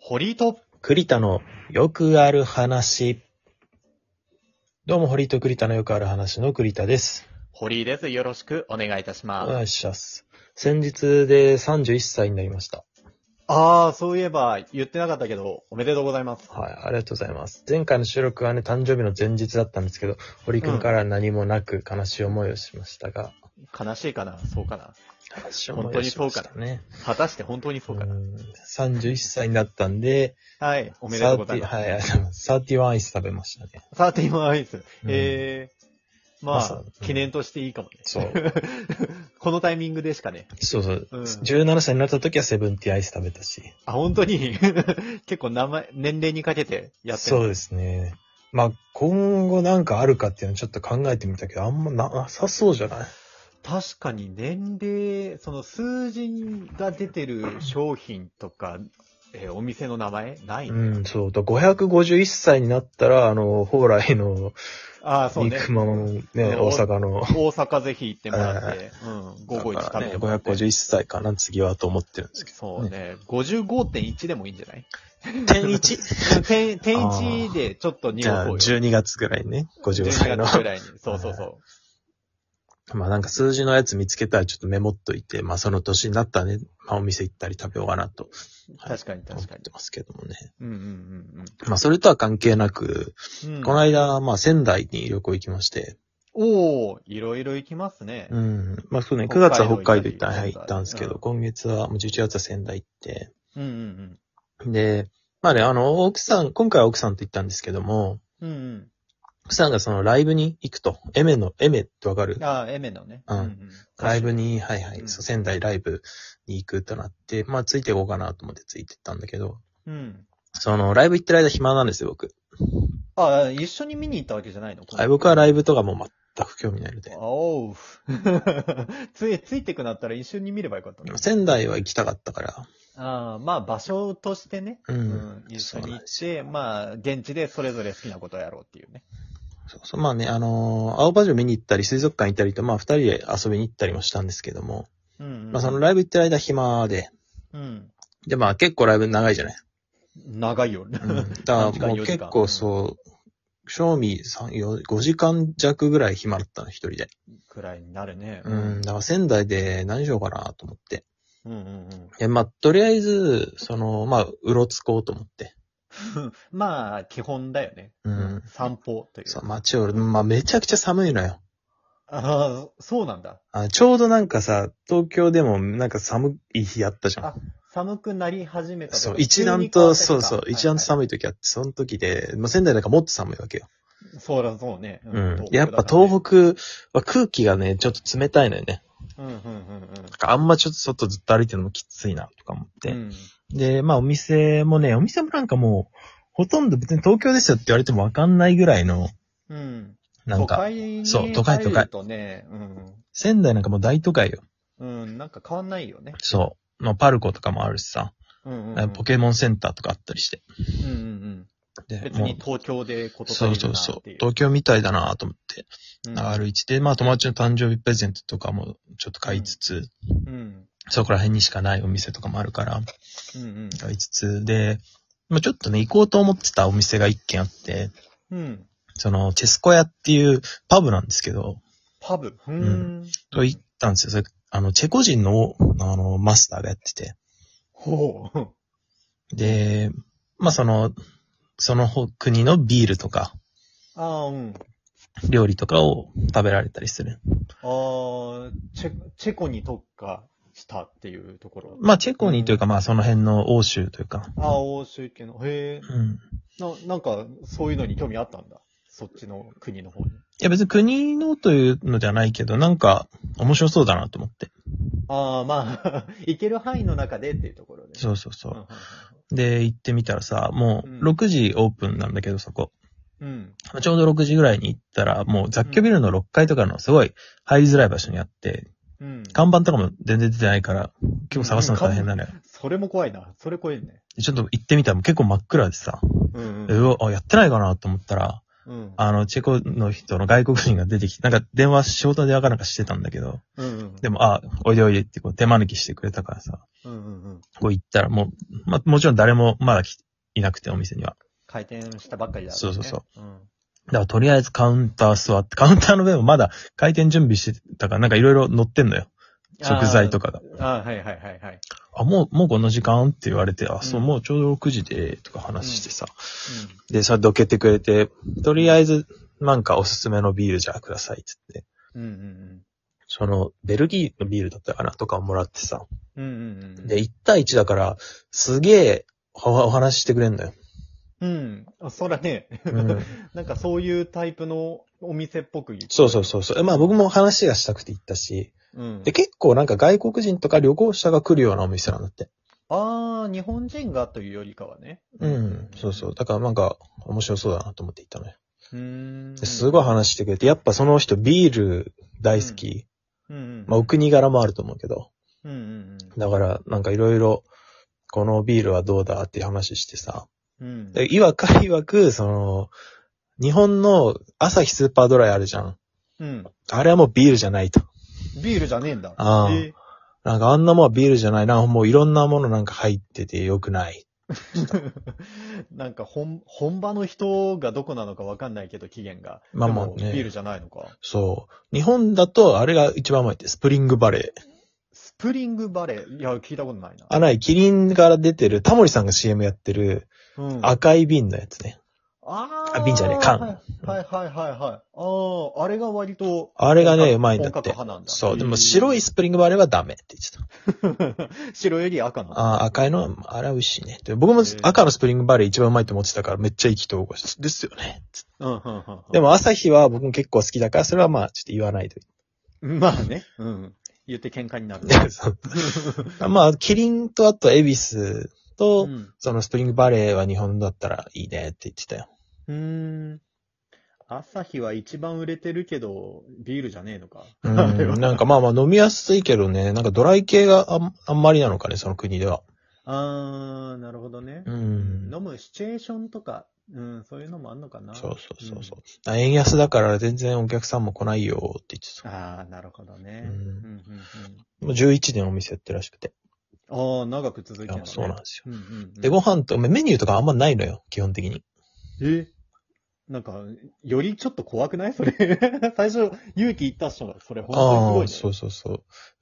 堀井と、栗田のよくある話。どうも、堀井と栗田のよくある話の栗田です。堀井です。よろしくお願いいたしおま願す。いします。先日で31歳になりました。ああ、そういえば、言ってなかったけど、おめでとうございます。はい、ありがとうございます。前回の収録はね、誕生日の前日だったんですけど、堀井くんから何もなく悲しい思いをしましたが、悲しいかなそうかな悲しい思いをしましたね。果たして本当にそうかな、うん31歳になったんで、はい、おめでとうございます。 30はい、ありがとうございます31アイス食べましたね。サーティワンアイス。うんええままあさ、記念としていいかもね。そう。 このタイミングでしかね。そうそう。うん17歳になった時はセブンティーンアイス食べたし。あ、本当に 結構名前、年齢にかけてやってる。そうですね。まあ、今後なんかあるかっていうのをちょっと考えてみたけど、あんまななさそうじゃない確かに年齢、その数字が出てる商品とか、えーお店の名前ない、うん、そう。だ551歳になったら、あの、蓬莱のああ、そうね。肉まん、ね、うん大阪の。大阪ぜひ行ってもらっはいて、うん、551食べてもらって。 551歳かな、次はと思ってるんですけそうね、55.1でもいいんじゃないど。点 1? 点点1でちょっと じゃあ、濁そうよ。 12月ぐらいね、55歳12の。月ぐらいに。そうそうそう。まあなんか数字のやつ見つけたらちょっとメモっといて、まあその年になったらね、まあお店行ったり食べようかなとはい確かに思っ確かにて。ますけどもね。うんうんまあそれとは関係なく、うんうん。この間、まあ仙台に旅行行きまして、おおいろいろ行きますね。うん。まあそうね、北海9道月は北海道行った、行ったはりい、行ったんですけど、うん今月は、もう11月は仙台行って。うんうんで、まあね、あの、奥さん、今回は奥さんと行ったんですけども、うん。うん奥さんがそのライブに行くと、エメの、エメってわかうるん。ああ、エメのね。うんライブに、はいはい、うんそう仙台ライブに行くとなって、まあついていこうかなと思ってついてったんだけど、うん。その、ライブ行ってる間暇なんですよ、僕。ああ、一緒に見に行ったわけじゃないのはい、僕はライイブとかもう全く興味ないので。おう。 つい、ついてくなったら一緒に見ればよかったねでも仙台は行きたかったから、ああ、まあ場所としてね。うんうん、一緒に行って、まあ、現地でそれぞれ好きなことをやろうっていうね。そうそう、まあね、あのー青葉城見に行ったり、水族館行ったりと、まあ二人で遊びに行ったりもしたんですけども、うん、うん。まあそのライブ行ってる間暇で、うん。でまあ結構ライブ長いじゃない。長いよ。だ3時から間もう結構う。そう、賞味3、4 5時間弱ぐらい暇だったの、一人で。くらいになるね。うん、だから仙台で何しようかなと思って。うんうんうん。で、まあとりあえず、その、まあ、うろつこうと思って。まあ、基本だよね。うん散歩という。そう、街を、まあめちゃくちゃ寒いのよ。ああ、そうなんだ。あちょうどなんかさ、東京でもなんか寒い日あったじゃん。あ寒くなり始めたとかそう、急一に段変わと、ったりそとうかそう、はい一段と寒い時あって、その時で、まあ、仙台なんかもっと寒いわけよ。そうだ、そうね。うん。やっぱ東北は空気がね、ちょっと冷たいのよね。北。うん、うん、うん、うん。なんかあんまちょっと外ずっと歩いてるのもきついな、とか思って。うんで、まあお店もね、お店もなんかもう、ほとんど別に東京ですよって言われてもわかんないぐらいの、うん。なん都か、会にそう都会都会入るとね、うん。仙台なんかもう大都会よ。うん、なんか変わんないよね。そう。まあパルコとかもあるしさ、うんうんうん。ポケモンセンターとかあったりして。うんうんうん。で別もうに東京でこと足そうりるそなうっそてうい。う。東京みたいだなと思って。うん歩いてて、まあ友達の誕生日プレゼントとかもちょっと買いつつ、うん。そこら辺にしかないお店とかもあるから、うんうん。買いつつ、で、まあちょっとね、行こうと思ってたお店が一軒あって、うん。その、チェスコ屋っていうパブなんですけど、パブ。うー。うんそれ行ったんですよ。それあの、チェコ人の、あの、マスターがやってて。ほう。で、まあその、その国のビールとか、ああ、うん。料理とかを食べられたりする。ああ、チェ、チェコに特化したっていうところ。まあチェコにというか、まあその辺の欧州というか、ああ、欧州系の。へえ。うん。な、なんか、そういうのに興味あったんだ。そっちの国の方に。いや別に国のというのじゃないけど、なんか面白そうだなと思って。ああ、まあ、 行ける範囲の中でっていうところで。そうそううそんうんう。で、行ってみたらさ、もうんう6時オープンなんだけどそこ。うん。うん。ちょうど6時ぐらいに行ったら、もう雑居ビルの6階とかのすごい入りづらい場所にあって、うん。看板とかも全然出てないから、結構探すの大変なのよ。それも怖いな。それ怖いね。でちょっと行ってみたらもう結構真っ暗でさ、うん、うん。うわ、あ、やってないかなと思ったら、うん。あの、チェコの人の外国人が出てきて、なんか電話、仕事の電話かなんかしてたんだけど、うんうん。でも、あ、おいでおいでってこう手招きしてくれたからさ、うんうんうん。こう行ったらもう、まあ、もちろん誰もまだ来いなくてお店には。回転したばっかりだ、ね。。そうそうそううん。だからとりあえずカウンター座って、カウ ンターの上もまだ回転準備してたから、なんかいろいろ乗ってんのよ。食材とか。かが。あーはいはいはいはい。あ、もう、もうこの時間って言われて、あ、そう、うんもうちょうど6時で、とか話してさ。で、それどけてくれて、とりあえず、なんかおすすめのビールじゃあください、つって。うん。うんうんその、ベルギーのビールだったかなとかをもらってさ。うん。うんうんうん。で、1対1だから、すげえ、おお話ししてくれんのよ。うん。あそらね、うん、なんかそういうタイプのお店っぽく言そうそうそうそう。まあ僕も話がしたくて行ったし、う。うんで、。結構なんか外国人とか旅行者が来るようなお店なんだって。あー、日本人がというよりかはね。うん、そうそう。。だからなんか、面白そうだなと思って行ったのよ。うーん。ですごい話してくれて、やっぱその人ビール大好き。うんうん。まあ、お国柄もあると思うけど。うんうんだから、なんかいろいろ、このビールはどうだっていう話してさ。うん。うん。で、いわかいわく、その、日本の朝日スーパードライあるじゃん。うん。あれはもうビールじゃないと。ビールじゃねえんだ。あーえなんかあんなもんはビールじゃないな。もういろんなものなんか入っててよくない。ー なんか本、本場の人がどこなのかわかんないけど、期限が。まあまあでもねビールじゃないのか。そう。日本だと、あれが一番甘いって、スプリングバレー。スプリングバレー。いや、聞いたことないな。あ、ない、キリンから出てる、タモリさんが CM やってる、うん、赤い瓶のやつね。ああ瓶じゃねえ缶はいはいはいはいはい。ああ、あれが割と。あれがね、うまいん本だっ格て。派なんだ。そう。でも白いスプリングバレーはダメって言ってた。白より赤の。ああ、赤いのは、あれは美味しいね。で僕も赤のスプリングバレー一番うまいと思ってたから、めっちゃ意気投合して、ですよね。うん、うん、うん。 でも朝日は僕も結構好きだから、それはまあ、ちょっと言わないというん。まあね。うん。言って喧嘩になる。けないそう まあ、キリンとあとエビスと、うん。そのスプリングバレーは日本だったらいいねって言ってたよ。うーん。朝日は一番売れてるけど、ビールじゃねえのか。うあれはん。なんかまあまあ飲みやすいけどね、なんかドライ系があんあんまりなのかね、その国では。あー、なるほどね。うん。飲むシチュエーションとか、うん、そういうのもあんのかな。そうそうそうそう。あ円安だから全然お客さんも来ないよって言ってた。あー、なるほどね。うんうんうんうん、もう11年お店やってるらしくて。あー、長く続いてる、ね。あそうなんですよ。うんうんうん、で、ご飯と、メニューとかあんまないのよ、基本的に。えなんか、よりちょっと怖くないそれ。 最初、勇気いったっしょ。それ、本当ああ、にすごそいうそうそう。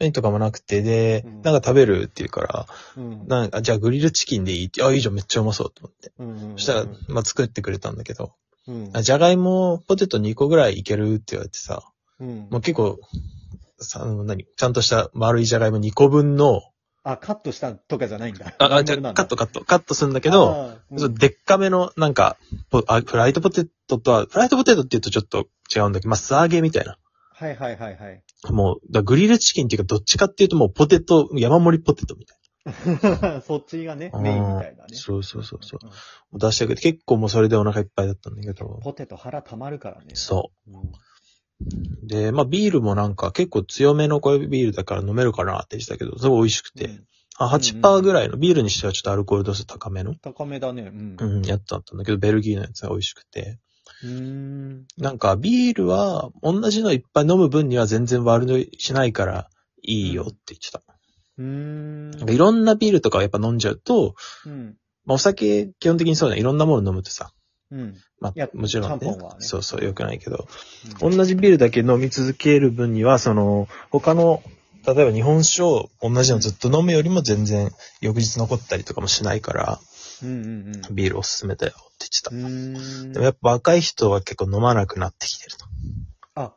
メニューとかもなくて、で、うんなんか食べるって言うから、ね。うんなんか、じゃあグリルチキンでいいって、あ、いいじゃん、めっちゃうまそうと思って。うんうんうんそしたら、まあ、作ってくれたんだけど、うんあじゃがいも、ポテト2個ぐらいいけるって言われてさ、うんもう結構、さ、あの何ちゃんとした丸いじゃがいも2個分の、あ、カットしたとかじゃないんだ。あ、あじゃあなんだカットカット、カットするんだけど、、あーそうでっかめの、なんか、ポあフライドポテトとは、フライドポテトって言うとちょっと違うんだけど、まあ、素揚げみたいな。はいはいはいはい。もう、だからグリルチキンっていうか、どっちかっていうともうポテト、山盛りポテトみたい そっちがね、な。メインみたいなうんね。そうそうそうそう。んもう出してくれて、結構もうそれでお腹いっぱいだったんだけど。ポテト腹溜まるからね。そうんう。で、まあビールもなんか結構強めのこういうビールだから飲めるかなって言ってたけど、すごい美味しくて。うんあ、8%ぐらいの、ビールにしてはちょっとアルコール度数高めの、高めだね。うん。うん、やつだったんだけど、ベルギーのやつが美味しくて。うーん。なんかビールは、同じのいっぱい飲む分には全然悪いしないから、いいよって言ってた。うーん。なんかいろんなビールとかをやっぱ飲んじゃうと、うん。まあ、お酒、基本的にそうだね。いろんなもの飲むとさ。うん。まいやあ、もちろんちゃんねぽんはねそうそう、良くないけど。同じビールだけ飲み続ける分には、その、他の、例えば日本酒を同じのずっと飲むよりも全然翌日残ったりとかもしないから、うんうんうん。ビールおすすめだよってう言ってーんた。でもやっぱ若い人は結構飲まなくなってきてると。あ、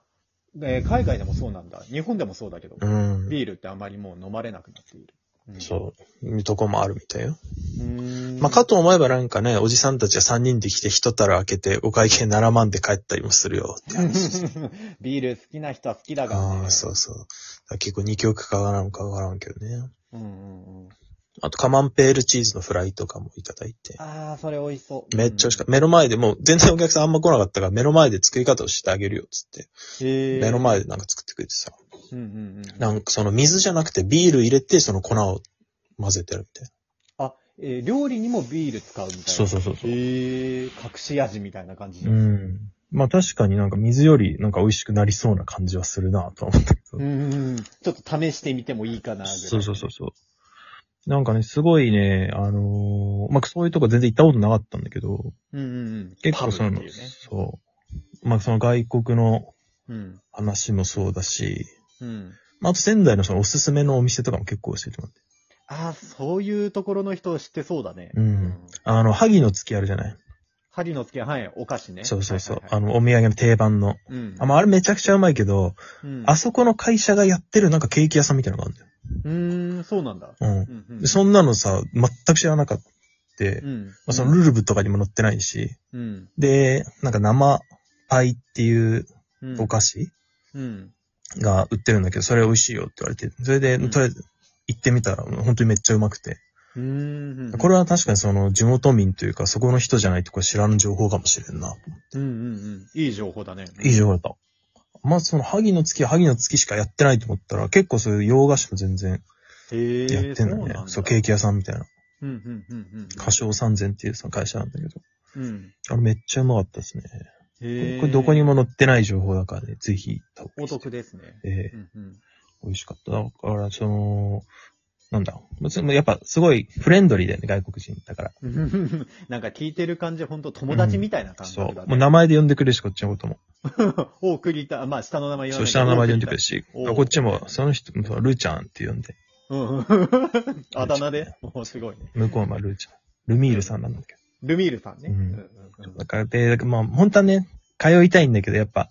えー海外でもそうなんだ。日本でもそうだけど、うん。ビールってあまりもう飲まれなくなっている。うんそう。いうとこもあるみたいよ。うーん。まあ、かと思えばなんかね、おじさんたちは3人で来て一皿開けてお会計7万で帰ったりもするよって話。 ビール好きな人は好きだから、あね。あ、そうそう。だから結構二曲かなのかわからんけどね。うんうんうん。あとカマンペールチーズのフライとかもいただいて。ああ、それ美味しそう。めっちゃ美味しかっった。目の前でもう全然お客さんあんま来なかったから目の前で作り方をしてあげるよっつって。た。へえ。目の。前でなんか作ってくれてさ。うんうんうん。なんかその水じゃなくてビール入れてその粉を混ぜてるみたいな。あ、えー料理にもビール使うみたいな。そうそうそうそう。へえ、隠し味みたいな感じ。うん。まあ確かになんか水よりなんか美味しくなりそうな感じはするなとは思ったけど。うん。ちょっと試してみてもいいかな、ぐらい。そうそうそうそう。なんかね、すごいね、あのーまあそういうとこ全然行ったことなかったんだけど、う。うんうんうん。結構そパブの、っていうねそう。まあその外国のうん。話もそうだし、うん。まああと仙台のそのおすすめのお店とかも結構教えてもらって。ああ、そういうところの人を知ってそうだね。うんあの、萩の月あるじゃない針の付け、はい、お菓子ね。そうそうそう。はいはあいはいの、お土産の定番の。うん。あ、まああれめちゃくちゃうまいけど、うん、あそこの会社がやってるなんかケーキ屋さんみたいなのがあるんうーだよ。ん、そうなんだ。うん。うんうでん。そんなのさ、全く知らなかった。で、うん。ままあ、そのルルブとかにも載ってないし、うん。で、なんか生パイっていううん。お菓子うん。が売ってるんだけど、それ美味しいよって言われて、それで、うんとりあえず行ってみたら、本当にめっちゃうまくて。うーん。これは、は確かにその地元民というか、そこの人じゃないとこれ知らん情報かもしれんな。うんうんうん。いい情報だね。いい情報だった。まあその、萩の月は萩の月しかやってないと思ったら、結構そういう洋菓子も全然へえ。やってんそだね。うなんそう、ケーキ屋さんみたいな。うんうんうんうん。歌唱三千っていうその会社なんだけど。うん。あれめっちゃうまかったですね。へえ。これどこにも載ってない情報だからね、ぜひ行った方がいおいです。得ですね。えうんうん。ー美味しかった。だから、その、なんだ。別にやっぱすごいフレンドリーだよね、外国人。だから。なん か聞いてる感じ、ほんと友達みたいな感そ覚だう。ね。もう名前で呼んでくれるし、こっちのことも。多くぎた、まあ下の名前言わそなう、い下の名前で呼んでくれるし。し、おうあこっちも、その人、そのルーちゃんって呼んで、うん。あだ名でもうすごいね。向こうはまあルーちゃん。ルミールさんなんだけルミールさんね。うんうんうんど。だから、で、まあ、本当はね、通いたいんだけど、やっぱ、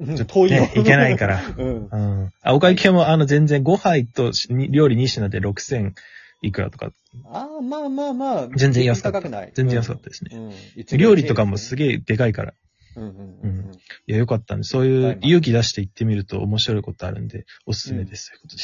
うんちょ遠っと、いよね、行けないから。 うん。うん。あ、お会計も、あの、全然、5杯としに料理2品で6000いくらとか、ああ、まあまあまあ。全然安かった高くない。全然安かったですうね。ん。料理とかもすげげえでかいから。うんうんうんうん。いや、よかったんで、そういう勇気出して行ってみると面白いことあるんで、おすすめです。ということで